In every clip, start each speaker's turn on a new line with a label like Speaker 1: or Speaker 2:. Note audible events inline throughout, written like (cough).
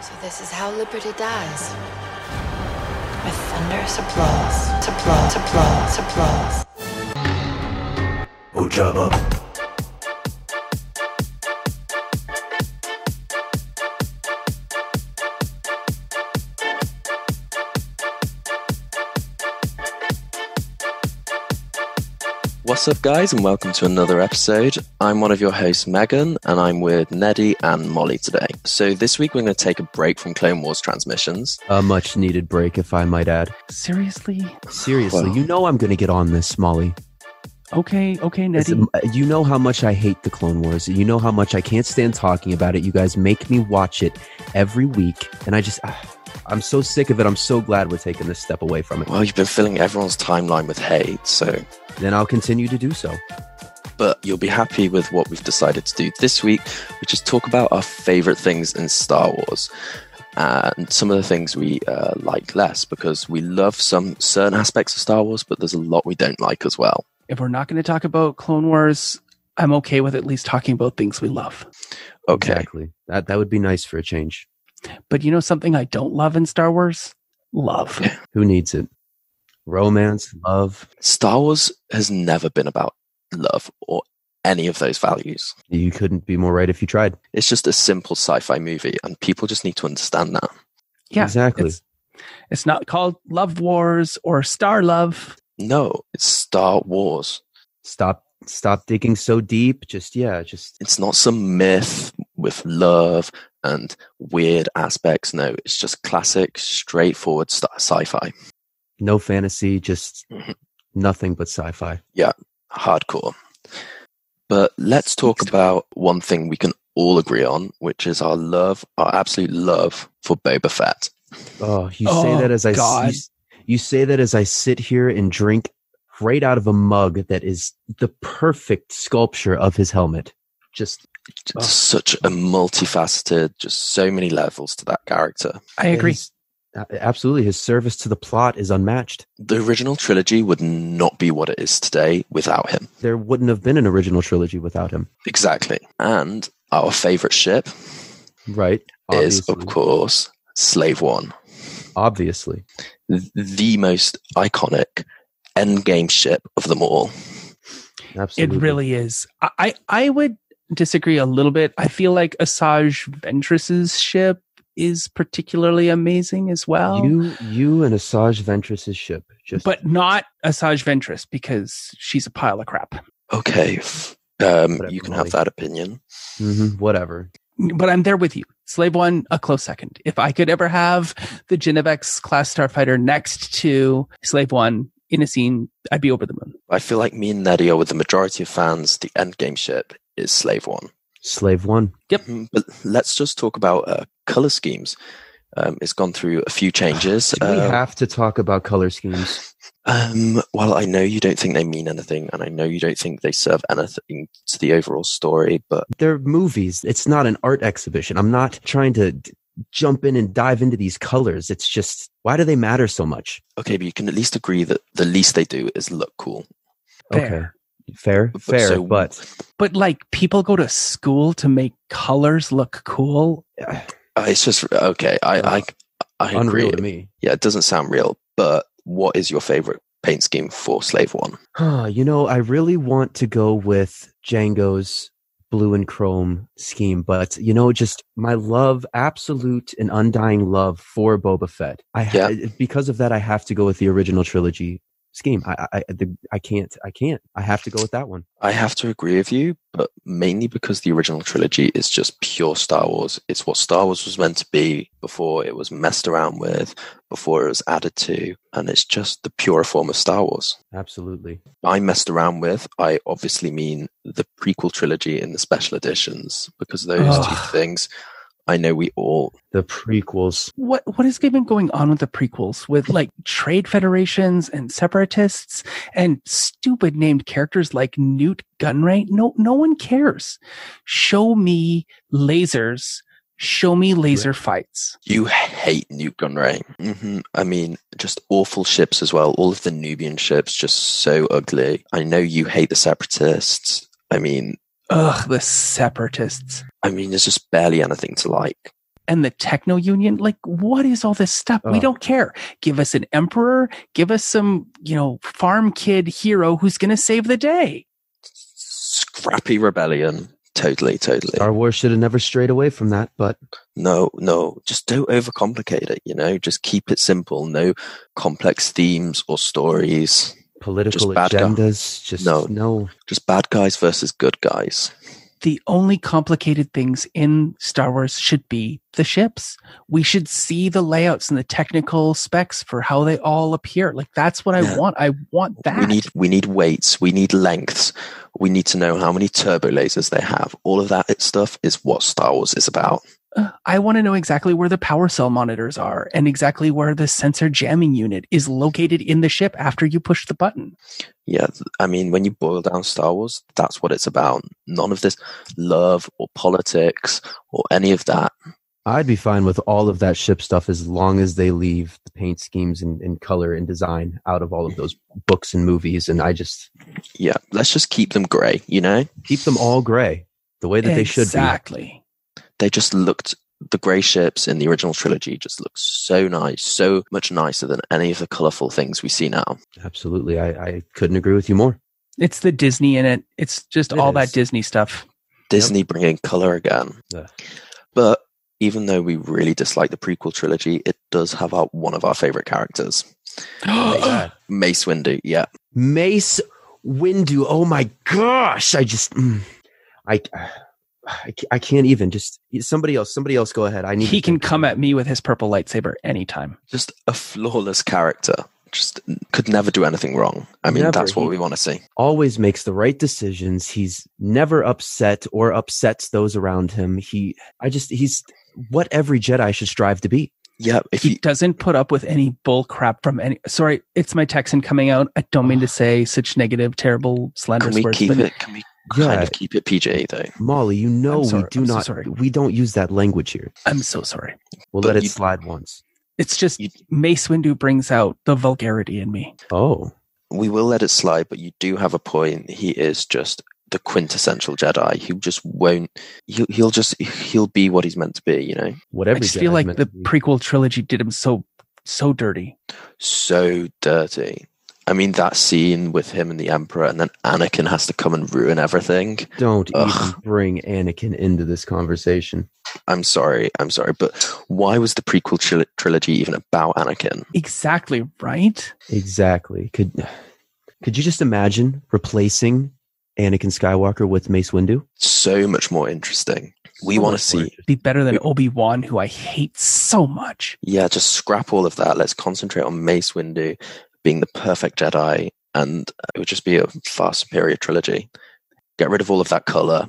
Speaker 1: So this is how liberty dies. With thunderous applause, applause, applause, applause.
Speaker 2: Ojaba.
Speaker 3: What's up, guys, and welcome to another episode. I'm one of your hosts, Megan, and I'm with Neddy and Molly today. So, this week we're going to take a break from Clone Wars transmissions.
Speaker 4: A much needed break, if I might add.
Speaker 5: Seriously?
Speaker 4: Seriously,
Speaker 3: Well-
Speaker 4: you know I'm going to get on this, Molly.
Speaker 5: Okay, okay,
Speaker 4: It's-
Speaker 5: Nettie.
Speaker 4: you know how much I hate the Clone Wars. You know how much I can't stand talking about it. You guys make me watch it every week, and I just, ah, I'm so sick of it. I'm so glad we're taking this step away from it.
Speaker 3: Well, you've been filling everyone's timeline with hate, so.
Speaker 4: Then I'll continue to do so.
Speaker 3: But you'll be happy with what we've decided to do this week, which is talk about our favorite things in Star Wars and some of the things we uh, like less because we love some certain aspects of Star Wars, but there's a lot we don't like as well.
Speaker 5: If we're not going to talk about Clone Wars, I'm okay with at least talking about things we love.
Speaker 3: Okay.
Speaker 4: Exactly. That that would be nice for a change.
Speaker 5: But you know something I don't love in Star Wars?
Speaker 4: (laughs)
Speaker 5: Love.
Speaker 4: Who needs it? Romance, love.
Speaker 3: Star Wars has never been about love or any of those values.
Speaker 4: You couldn't be more right if you tried.
Speaker 3: It's just a simple sci-fi movie, and people just need to understand that.
Speaker 5: Yeah,
Speaker 4: exactly.
Speaker 5: It's, it's not called Love Wars or Star Love.
Speaker 3: No, it's Star Wars.
Speaker 4: Stop. Stop digging so deep. Just yeah. Just
Speaker 3: It's not some myth with love and weird aspects. No, it's just classic, straightforward st- sci-fi,
Speaker 4: no fantasy. Just
Speaker 3: Mhm.
Speaker 4: nothing but sci-fi.
Speaker 3: hardcore. But let's talk about one thing we can all agree on, which is our love, our absolute love for Boba Fett.
Speaker 4: Oh, you say
Speaker 5: Oh,
Speaker 4: that as I s-
Speaker 5: God.
Speaker 4: You, s- you say that as I sit here and drink right out of a mug that is the perfect sculpture of his helmet. Just
Speaker 3: It's Such a multifaceted, just so many levels to that character.
Speaker 5: I agree.
Speaker 4: his- a- absolutely, his service to the plot is unmatched.
Speaker 3: the original trilogy would not be what it is today without him.
Speaker 4: There wouldn't have been an original trilogy without him,
Speaker 3: Exactly. And our favorite ship
Speaker 4: right?
Speaker 3: is, of course, Slave One,
Speaker 4: obviously.
Speaker 3: th- the most iconic endgame ship of them all.
Speaker 5: It
Speaker 4: Absolutely.
Speaker 5: really is. I, I, I would disagree a little bit. I feel like Asajj Ventress's ship is particularly amazing as well.
Speaker 4: you, you, and Asajj Ventress's ship. Just
Speaker 5: Oh. but not Asajj Ventress because she's a pile of crap.
Speaker 3: Okay. f- Um,
Speaker 4: Whatever,
Speaker 3: you can
Speaker 4: Molly.
Speaker 3: have that opinion.
Speaker 4: Mhm, whatever.
Speaker 5: But I'm there with you. Slave One, a close second. If I could ever have the Genevex class starfighter next to Slave One in a scene, I'd be over the moon.
Speaker 3: I feel like me and Neddy are with the majority of fans. The endgame ship is Slave One.
Speaker 4: Slave one.
Speaker 3: Mhm. (clears throat) But let's just talk about uh, color schemes. Um, it's gone through a few changes.
Speaker 4: Do we
Speaker 3: Um,
Speaker 4: have to talk about color schemes?
Speaker 3: Um, well, I know you don't think they mean anything, and I know you don't think they serve anything to the overall story, but
Speaker 4: they're movies. It's not an art exhibition. I'm not trying to d- jump in and dive into these colors. It's just why do they matter so much?
Speaker 3: okay, but you can at least agree that the least they do is look cool.
Speaker 5: Fair.
Speaker 4: Okay. Fair,
Speaker 3: But-
Speaker 4: fair,
Speaker 3: so-
Speaker 4: but
Speaker 5: But like people go to school to make colors look cool.
Speaker 3: Uh, it's just okay. I I, I
Speaker 4: unreal
Speaker 3: agree.
Speaker 4: to me.
Speaker 3: Yeah, it doesn't sound real, but what is your favorite paint scheme for Slave One?
Speaker 4: Huh, you know, I really want to go with Django's blue and chrome scheme, but you know, just my love, absolute and undying love for Boba Fett. I ha- because of that, I have to go with the original trilogy scheme. I, I, I, the, I can't, I can't. I have to go with that one.
Speaker 3: I have to agree with you, but mainly because the original trilogy is just pure Star Wars. It's what Star Wars was meant to be before it was messed around with, before it was added to, and it's just the pure form of Star Wars.
Speaker 4: Absolutely.
Speaker 3: I messed around with, I obviously mean the prequel trilogy and the special editions, because those
Speaker 5: Ugh.
Speaker 3: two things I know we all.
Speaker 4: The prequels.
Speaker 5: What what has been going on with the prequels with like trade federations and separatists and stupid named characters like Newt Gunray? No no one cares. Show me lasers. Show me laser fights.
Speaker 3: You hate Newt Gunray. hmm I mean, just awful ships as well. All of the Nubian ships, just so ugly. I know you hate the Separatists. I mean,
Speaker 5: Ugh, the separatists.
Speaker 3: I mean, there's just barely anything to like.
Speaker 5: and the techno union like what is all this stuff we
Speaker 4: Oh.
Speaker 5: don't care give us an emperor give us some you know farm kid hero who's going to save the day
Speaker 3: Scrappy rebellion. Totally, totally.
Speaker 4: Star Wars should have never strayed away from that, but
Speaker 3: No, no, just don't overcomplicate it, you know? Just keep it simple. No complex themes or stories.
Speaker 4: political
Speaker 3: bad guy.
Speaker 4: agendas, just
Speaker 3: No.
Speaker 4: no. no.
Speaker 3: Just bad guys versus good guys.
Speaker 5: the only complicated things in Star Wars should be the ships. We should see the layouts and the technical specs for how they all appear. Like that's what
Speaker 3: Yeah.
Speaker 5: I want. I want that.
Speaker 3: We need we need weights, we need lengths, we need to know how many turbo lasers they have. All of that stuff is what Star Wars is about.
Speaker 5: I want to know exactly where the power cell monitors are and exactly where the sensor jamming unit is located in the ship after you push the button.
Speaker 3: Yeah, th- I mean, when you boil down Star Wars, that's what it's about. None of this love or politics or any of that.
Speaker 4: I'd be fine with all of that ship stuff as long as they leave the paint schemes and, and color and design out of all of those books and movies. And I just
Speaker 3: Yeah, let's just keep them grey, you know?
Speaker 4: keep them all gray the way that they should be.
Speaker 5: Exactly.
Speaker 3: they just looked the grey ships in the original trilogy just look so nice, so much nicer than any of the colourful things we see now.
Speaker 4: Absolutely. I, I couldn't agree with you
Speaker 5: (clears throat)
Speaker 4: more.
Speaker 5: It's the Disney in it. It's just
Speaker 4: It
Speaker 5: all
Speaker 4: is.
Speaker 5: that Disney stuff.
Speaker 3: (gasps) Disney bringing colour again.
Speaker 4: Yeah.
Speaker 3: But even though we really dislike the prequel trilogy, it does have our, one of our favourite characters, Mace Windu. Yeah,
Speaker 4: Mace Windu. Oh my gosh! I just, mm, I, I, ca- I can't even. Just somebody else. Somebody else. Go ahead. I need.
Speaker 5: He
Speaker 4: to
Speaker 5: can
Speaker 4: think.
Speaker 5: come at me with his purple lightsaber anytime.
Speaker 3: just a flawless character. Just n- could never do anything wrong. I mean,
Speaker 4: Never.
Speaker 3: that's what
Speaker 4: He-
Speaker 3: we want to see.
Speaker 4: Always makes the right decisions. He's never upset or upsets those around him. He, I just, he's what every Jedi should strive to be.
Speaker 3: Yeah, if
Speaker 5: he
Speaker 3: you,
Speaker 5: doesn't put up with any bull crap from any sorry it's my texan coming out i don't
Speaker 3: (sighs)
Speaker 5: mean to say such negative terrible
Speaker 3: can
Speaker 5: slanderous
Speaker 3: we
Speaker 5: words
Speaker 3: keep
Speaker 5: but
Speaker 3: it? Can we kind of keep it PG though?
Speaker 4: Molly, you know
Speaker 5: I'm sorry.
Speaker 4: we do
Speaker 5: I'm so
Speaker 4: not.
Speaker 5: sorry.
Speaker 4: We don't use that language here.
Speaker 5: i'm so sorry
Speaker 4: We'll
Speaker 3: But
Speaker 4: let it
Speaker 3: you-
Speaker 4: slide once.
Speaker 5: it's just
Speaker 3: You-
Speaker 5: mace windu brings out the vulgarity in me
Speaker 4: Oh,
Speaker 3: we will let it slide, but you do have a point. He is just the quintessential Jedi. He just won't. He'll, he'll just he'll be what he's meant to be. You know,
Speaker 4: whatever.
Speaker 5: i just feel like the prequel trilogy did him so so dirty
Speaker 3: so dirty. I mean, that scene with him and the Emperor, and then Anakin has to come and ruin everything.
Speaker 4: don't
Speaker 3: Ugh.
Speaker 4: even bring Anakin into this conversation.
Speaker 3: I'm sorry, I'm sorry, but why was the prequel tril- trilogy even about Anakin?
Speaker 5: exactly right
Speaker 4: Exactly. Could could you just imagine replacing Anakin Skywalker with Mace Windu?
Speaker 3: So much more interesting. We want to
Speaker 4: much more
Speaker 3: see,
Speaker 4: interesting.
Speaker 5: be better than obi-wan who i hate so much
Speaker 3: yeah, just scrap all of that. Let's concentrate on Mace Windu being the perfect Jedi, and it would just be a far superior trilogy. Get rid of all of that color.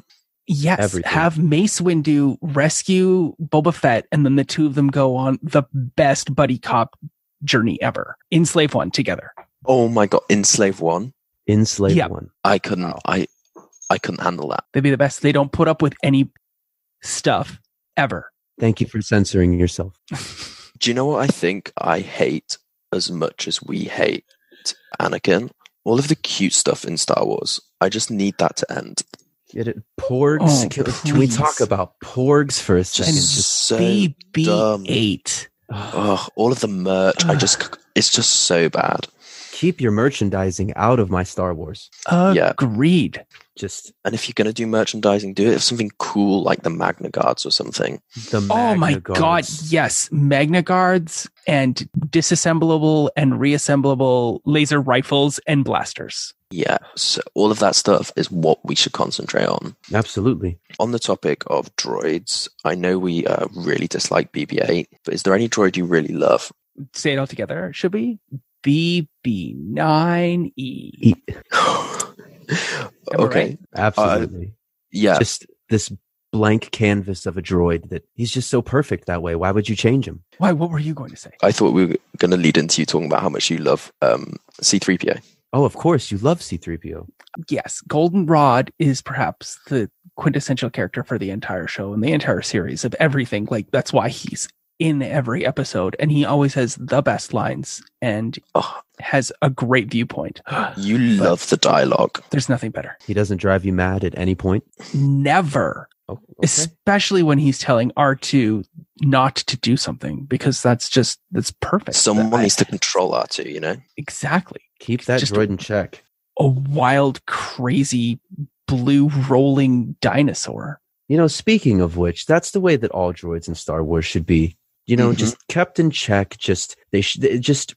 Speaker 5: yes
Speaker 4: Everything.
Speaker 5: have mace windu rescue boba fett and then the two of them go on the best buddy cop journey ever in slave one together
Speaker 3: Oh my god, in Slave One,
Speaker 4: in Slave
Speaker 5: Yeah.
Speaker 4: One.
Speaker 3: I couldn't, I, I couldn't handle that.
Speaker 5: They'd be the best. They don't put up with any stuff ever.
Speaker 4: Thank you for censoring yourself.
Speaker 3: Do you know what I think I hate as much as we hate Anakin? All of the cute stuff in Star Wars. I just need that to end.
Speaker 4: Get it? Porgs.
Speaker 5: Oh,
Speaker 4: can, can we
Speaker 5: please.
Speaker 4: talk about porgs for a second?
Speaker 3: Just
Speaker 4: Just-
Speaker 3: so,
Speaker 5: BB8.
Speaker 4: ugh.
Speaker 3: oh, all of the merch. I just, it's just so bad.
Speaker 4: keep your merchandising out of my Star Wars.
Speaker 3: Yeah.
Speaker 5: Agreed.
Speaker 4: Just
Speaker 3: And if you're gonna do merchandising, do it with something cool like the Magna Guards or something.
Speaker 4: the
Speaker 5: Oh my
Speaker 4: Magna
Speaker 5: God.
Speaker 4: Guards.
Speaker 5: Yes. Magna Guards and disassemblable and reassemblable laser rifles and blasters.
Speaker 3: Yeah, so all of that stuff is what we should concentrate on.
Speaker 4: Absolutely.
Speaker 3: On the topic of droids, I know we uh, really dislike BB-8, but is there any droid you really love?
Speaker 5: Say it all together. Should we? BB9E.
Speaker 4: E-
Speaker 5: I
Speaker 3: okay,
Speaker 5: right?
Speaker 4: Absolutely.
Speaker 3: yeah,
Speaker 4: Just this blank canvas of a droid that he's just so perfect that way. Why would you change him?
Speaker 5: Why? What were you going to say?
Speaker 3: I thought we were going to lead into you talking about how much you love um, C-3PO.
Speaker 4: Oh, of course, you love C3PO.
Speaker 5: yes, Goldenrod is perhaps the quintessential character for the entire show and the entire series of everything. Like that's why he's in every episode and he always has the best lines and
Speaker 3: Oh,
Speaker 5: has a great viewpoint. (gasps)
Speaker 4: Ah,
Speaker 3: you love the dialogue.
Speaker 5: There's nothing better.
Speaker 4: He doesn't drive you mad at any point.
Speaker 5: Never.
Speaker 4: Oh, okay.
Speaker 5: Especially when he's telling R2 not to do something because that's just that's perfect.
Speaker 3: Someone
Speaker 5: That-
Speaker 3: needs to control R2, you know?
Speaker 5: exactly
Speaker 4: Keep that
Speaker 5: Just-
Speaker 4: droid in check.
Speaker 5: a wild, crazy blue rolling dinosaur.
Speaker 4: You know, speaking of which, that's the way that all droids in Star Wars should be. You know,
Speaker 3: Mhm.
Speaker 4: just kept in check. Just they should they- just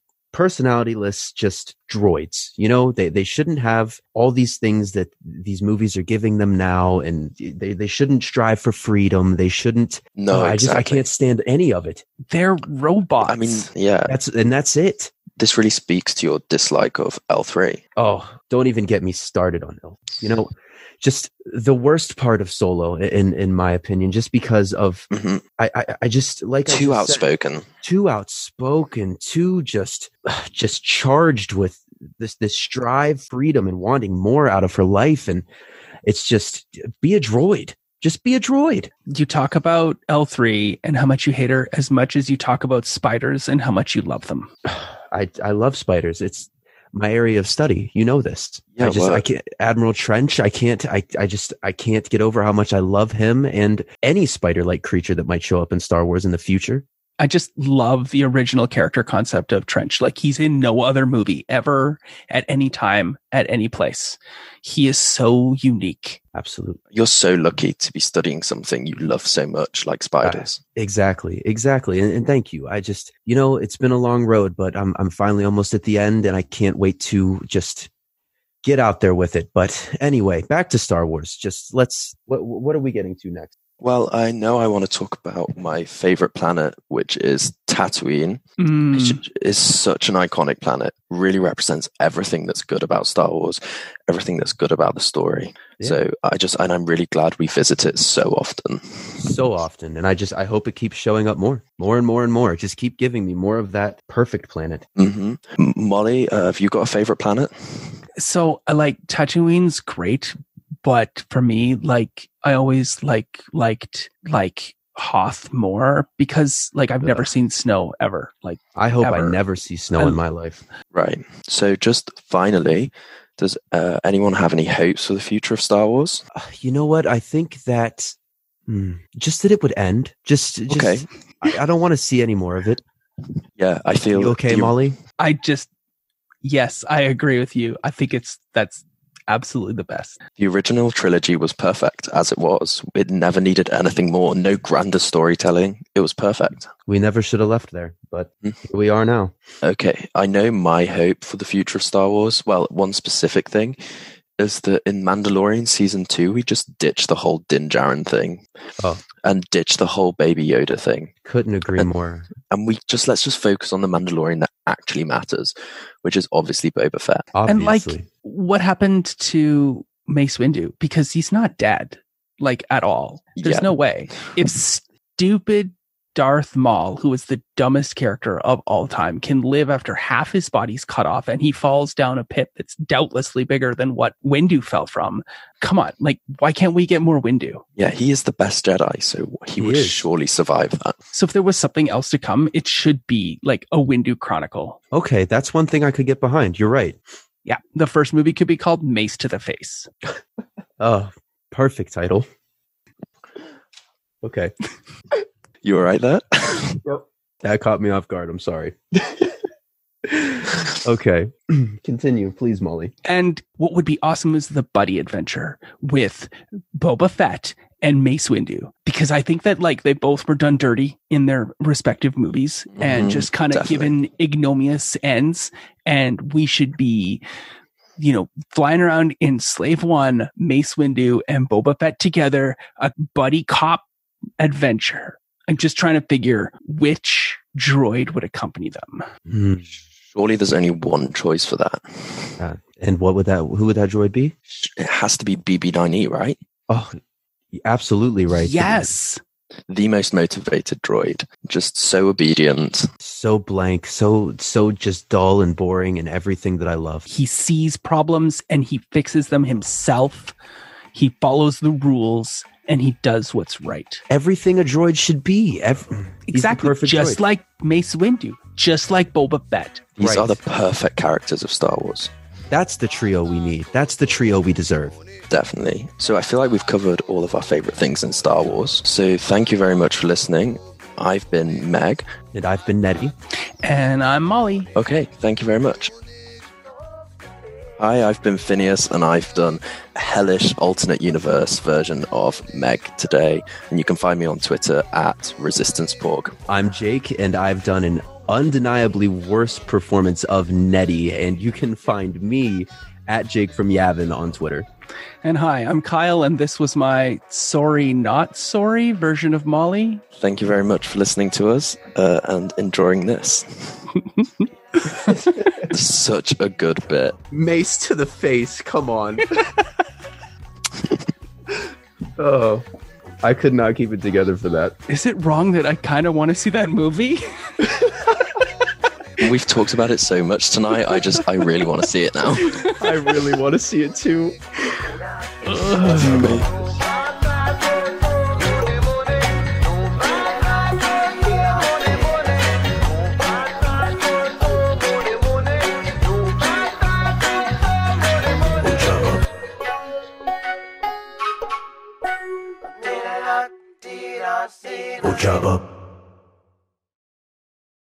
Speaker 4: personalityless, just droids. You know, they they shouldn't have all these things that these movies are giving them now, and they they shouldn't strive for freedom. They shouldn't. oh,
Speaker 3: No,
Speaker 4: I just
Speaker 3: exactly.
Speaker 4: I can't stand any of it.
Speaker 5: They're robots.
Speaker 3: I
Speaker 4: (laughs)
Speaker 3: mean, yeah,
Speaker 4: That's and that's it.
Speaker 3: this really speaks to your dislike of L3.
Speaker 4: Oh, don't even get me started on Hill. You know, just the worst part of Solo, in in my opinion, just because of
Speaker 3: hmm
Speaker 4: I I, I just like I
Speaker 3: Too
Speaker 4: just said-
Speaker 3: outspoken.
Speaker 4: too outspoken, too just (sighs) just charged with this this strive freedom and wanting more out of her life and it's just be a droid. Just be a droid.
Speaker 5: you talk about L3 and how much you hate her as much as you talk about spiders and how much you love them.
Speaker 4: I I love spiders. It's my area of study. You know this.
Speaker 3: Yeah,
Speaker 4: I just
Speaker 3: well-
Speaker 4: I can't Admiral Trench, I can't I I just I can't get over how much I love him and any spider-like creature that might show up in Star Wars in the future.
Speaker 5: I just love the original character concept of Trench. Like he's in no other movie ever at any time, at any place. He is so unique.
Speaker 4: Absolutely.
Speaker 3: You're so lucky to be studying something you love so much, like spiders.
Speaker 4: Exactly, exactly, and, and thank you. I just, you know, it's been a long road, but I'm I'm finally almost at the end, and I can't wait to just get out there with it. But anyway, back to Star Wars. Just let's. What what are we getting to next?
Speaker 3: Well, I know I want to talk about my favorite planet, which is Tatooine.
Speaker 5: Mm.
Speaker 3: It's is such an iconic planet. Really represents everything that's good about Star Wars, everything that's good about the story.
Speaker 4: Yeah.
Speaker 3: So I just and I'm really glad we visit it so often.
Speaker 4: So often, and I just I hope it keeps showing up more, more and more and more. Just keep giving me more of that perfect planet.
Speaker 3: hmm Molly, uh, have you got a favorite planet?
Speaker 5: so I like Tatooine's great, but for me, like I always like liked like Hoth more because like I've never
Speaker 4: Ugh.
Speaker 5: seen snow ever. Like
Speaker 4: I hope I
Speaker 5: Ever.
Speaker 4: never see snow
Speaker 5: I-
Speaker 4: in my life. (sighs)
Speaker 3: Right. So just finally, does uh, anyone have any hopes for the future of Star Wars?
Speaker 4: Uh, You know what? I think that hmm, just that it would end. Just, just
Speaker 3: Okay.
Speaker 4: I, I don't want to see any more of it.
Speaker 3: Yeah, I feel
Speaker 4: You okay,
Speaker 3: the-
Speaker 4: Molly?
Speaker 5: I just yes, I agree with you. I think it's that's absolutely the best.
Speaker 3: The original trilogy was perfect as it was. It never needed anything more. No grander storytelling. It was perfect.
Speaker 4: We never should have left there, but
Speaker 3: Mm.
Speaker 4: here we are now.
Speaker 3: Okay, I know my hope for the future of Star Wars. Well, one specific thing is that in Mandalorian season two, we just ditch the whole Din Djarin thing,
Speaker 4: Oh.
Speaker 3: and ditch the whole Baby Yoda thing,
Speaker 4: Couldn't agree (laughs)
Speaker 3: And-
Speaker 4: more.
Speaker 3: and we just let's just focus on the Mandalorian that actually matters, which is obviously Boba Fett.
Speaker 5: And, like,
Speaker 4: Obviously.
Speaker 5: What happened to Mace Windu? Because he's not dead, like at all. There's
Speaker 3: Yeah.
Speaker 5: no way. If stupid Darth Maul, who is the dumbest character of all time, can live after half his body's cut off and he falls down a pit that's doubtlessly bigger than what Windu fell from. Come on, like why can't we get more Windu?
Speaker 3: Yeah, he is the best Jedi, so he,
Speaker 4: He
Speaker 3: would
Speaker 4: is.
Speaker 3: surely survive that.
Speaker 5: So if there was something else to come, it should be like a Windu Chronicle.
Speaker 4: okay, that's one thing I could get behind. You're right.
Speaker 5: Yeah, the first movie could be called Mace to the Face.
Speaker 4: Oh, perfect title. Okay.
Speaker 3: You all right there? (laughs)
Speaker 4: That caught me off guard. I'm (laughs) sorry. okay. (clears throat) Continue, please, Molly.
Speaker 5: And what would be awesome is the buddy adventure with Boba Fett and Mace Windu, because I think that like they both were done dirty in their respective movies and
Speaker 3: Mhm,
Speaker 5: just kind of
Speaker 3: definitely.
Speaker 5: given ignominious ends. And we should be, you know, flying around in Slave One, Mace Windu and Boba Fett together, a buddy cop adventure. I'm just trying to figure which droid would accompany them.
Speaker 4: Hmm.
Speaker 3: Surely there's only one choice for that.
Speaker 4: Uh, and what would that? Who would that droid be?
Speaker 3: It has to be BB9E, E, right?
Speaker 4: Oh, absolutely right.
Speaker 5: Yes.
Speaker 3: The most motivated droid, just so obedient.
Speaker 4: So blank, so so just dull and boring, and everything that I love.
Speaker 5: he sees problems and he fixes them himself. He follows the rules and he does what's right.
Speaker 4: Everything a droid should be. Ev- he's the
Speaker 5: Exactly.
Speaker 4: perfect
Speaker 5: Just
Speaker 4: droid.
Speaker 5: like Mace Windu, just like Boba Fett.
Speaker 3: These
Speaker 4: Right.
Speaker 3: are the perfect characters of Star Wars,
Speaker 4: That's the trio we need. That's the trio we deserve.
Speaker 3: definitely. So I feel like we've covered all of our favorite things in Star Wars. So thank you very much for listening. I've been Meg.
Speaker 4: And I've been Nettie.
Speaker 5: And I'm Molly.
Speaker 3: Okay, thank you very much. Hi, I've been Phineas, and I've done a hellish alternate universe version of Meg today. And you can find me on Twitter at ResistancePorg.
Speaker 4: I'm Jake, and I've done an undeniably worse performance of Nettie, and you can find me at Jake from Yavin on Twitter.
Speaker 5: And hi, I'm Kyle, and this was my sorry, not sorry version of Molly.
Speaker 3: Thank you very much for listening to us uh, and enjoying this. Such a good bit.
Speaker 4: Mace to the face. Come on. oh, I could not keep it together for that.
Speaker 5: Is it wrong that I kind of want to see that movie?
Speaker 3: We've talked about it so much tonight. I just, I really want to see it now.
Speaker 4: I really want to see it too.
Speaker 2: Ujaba.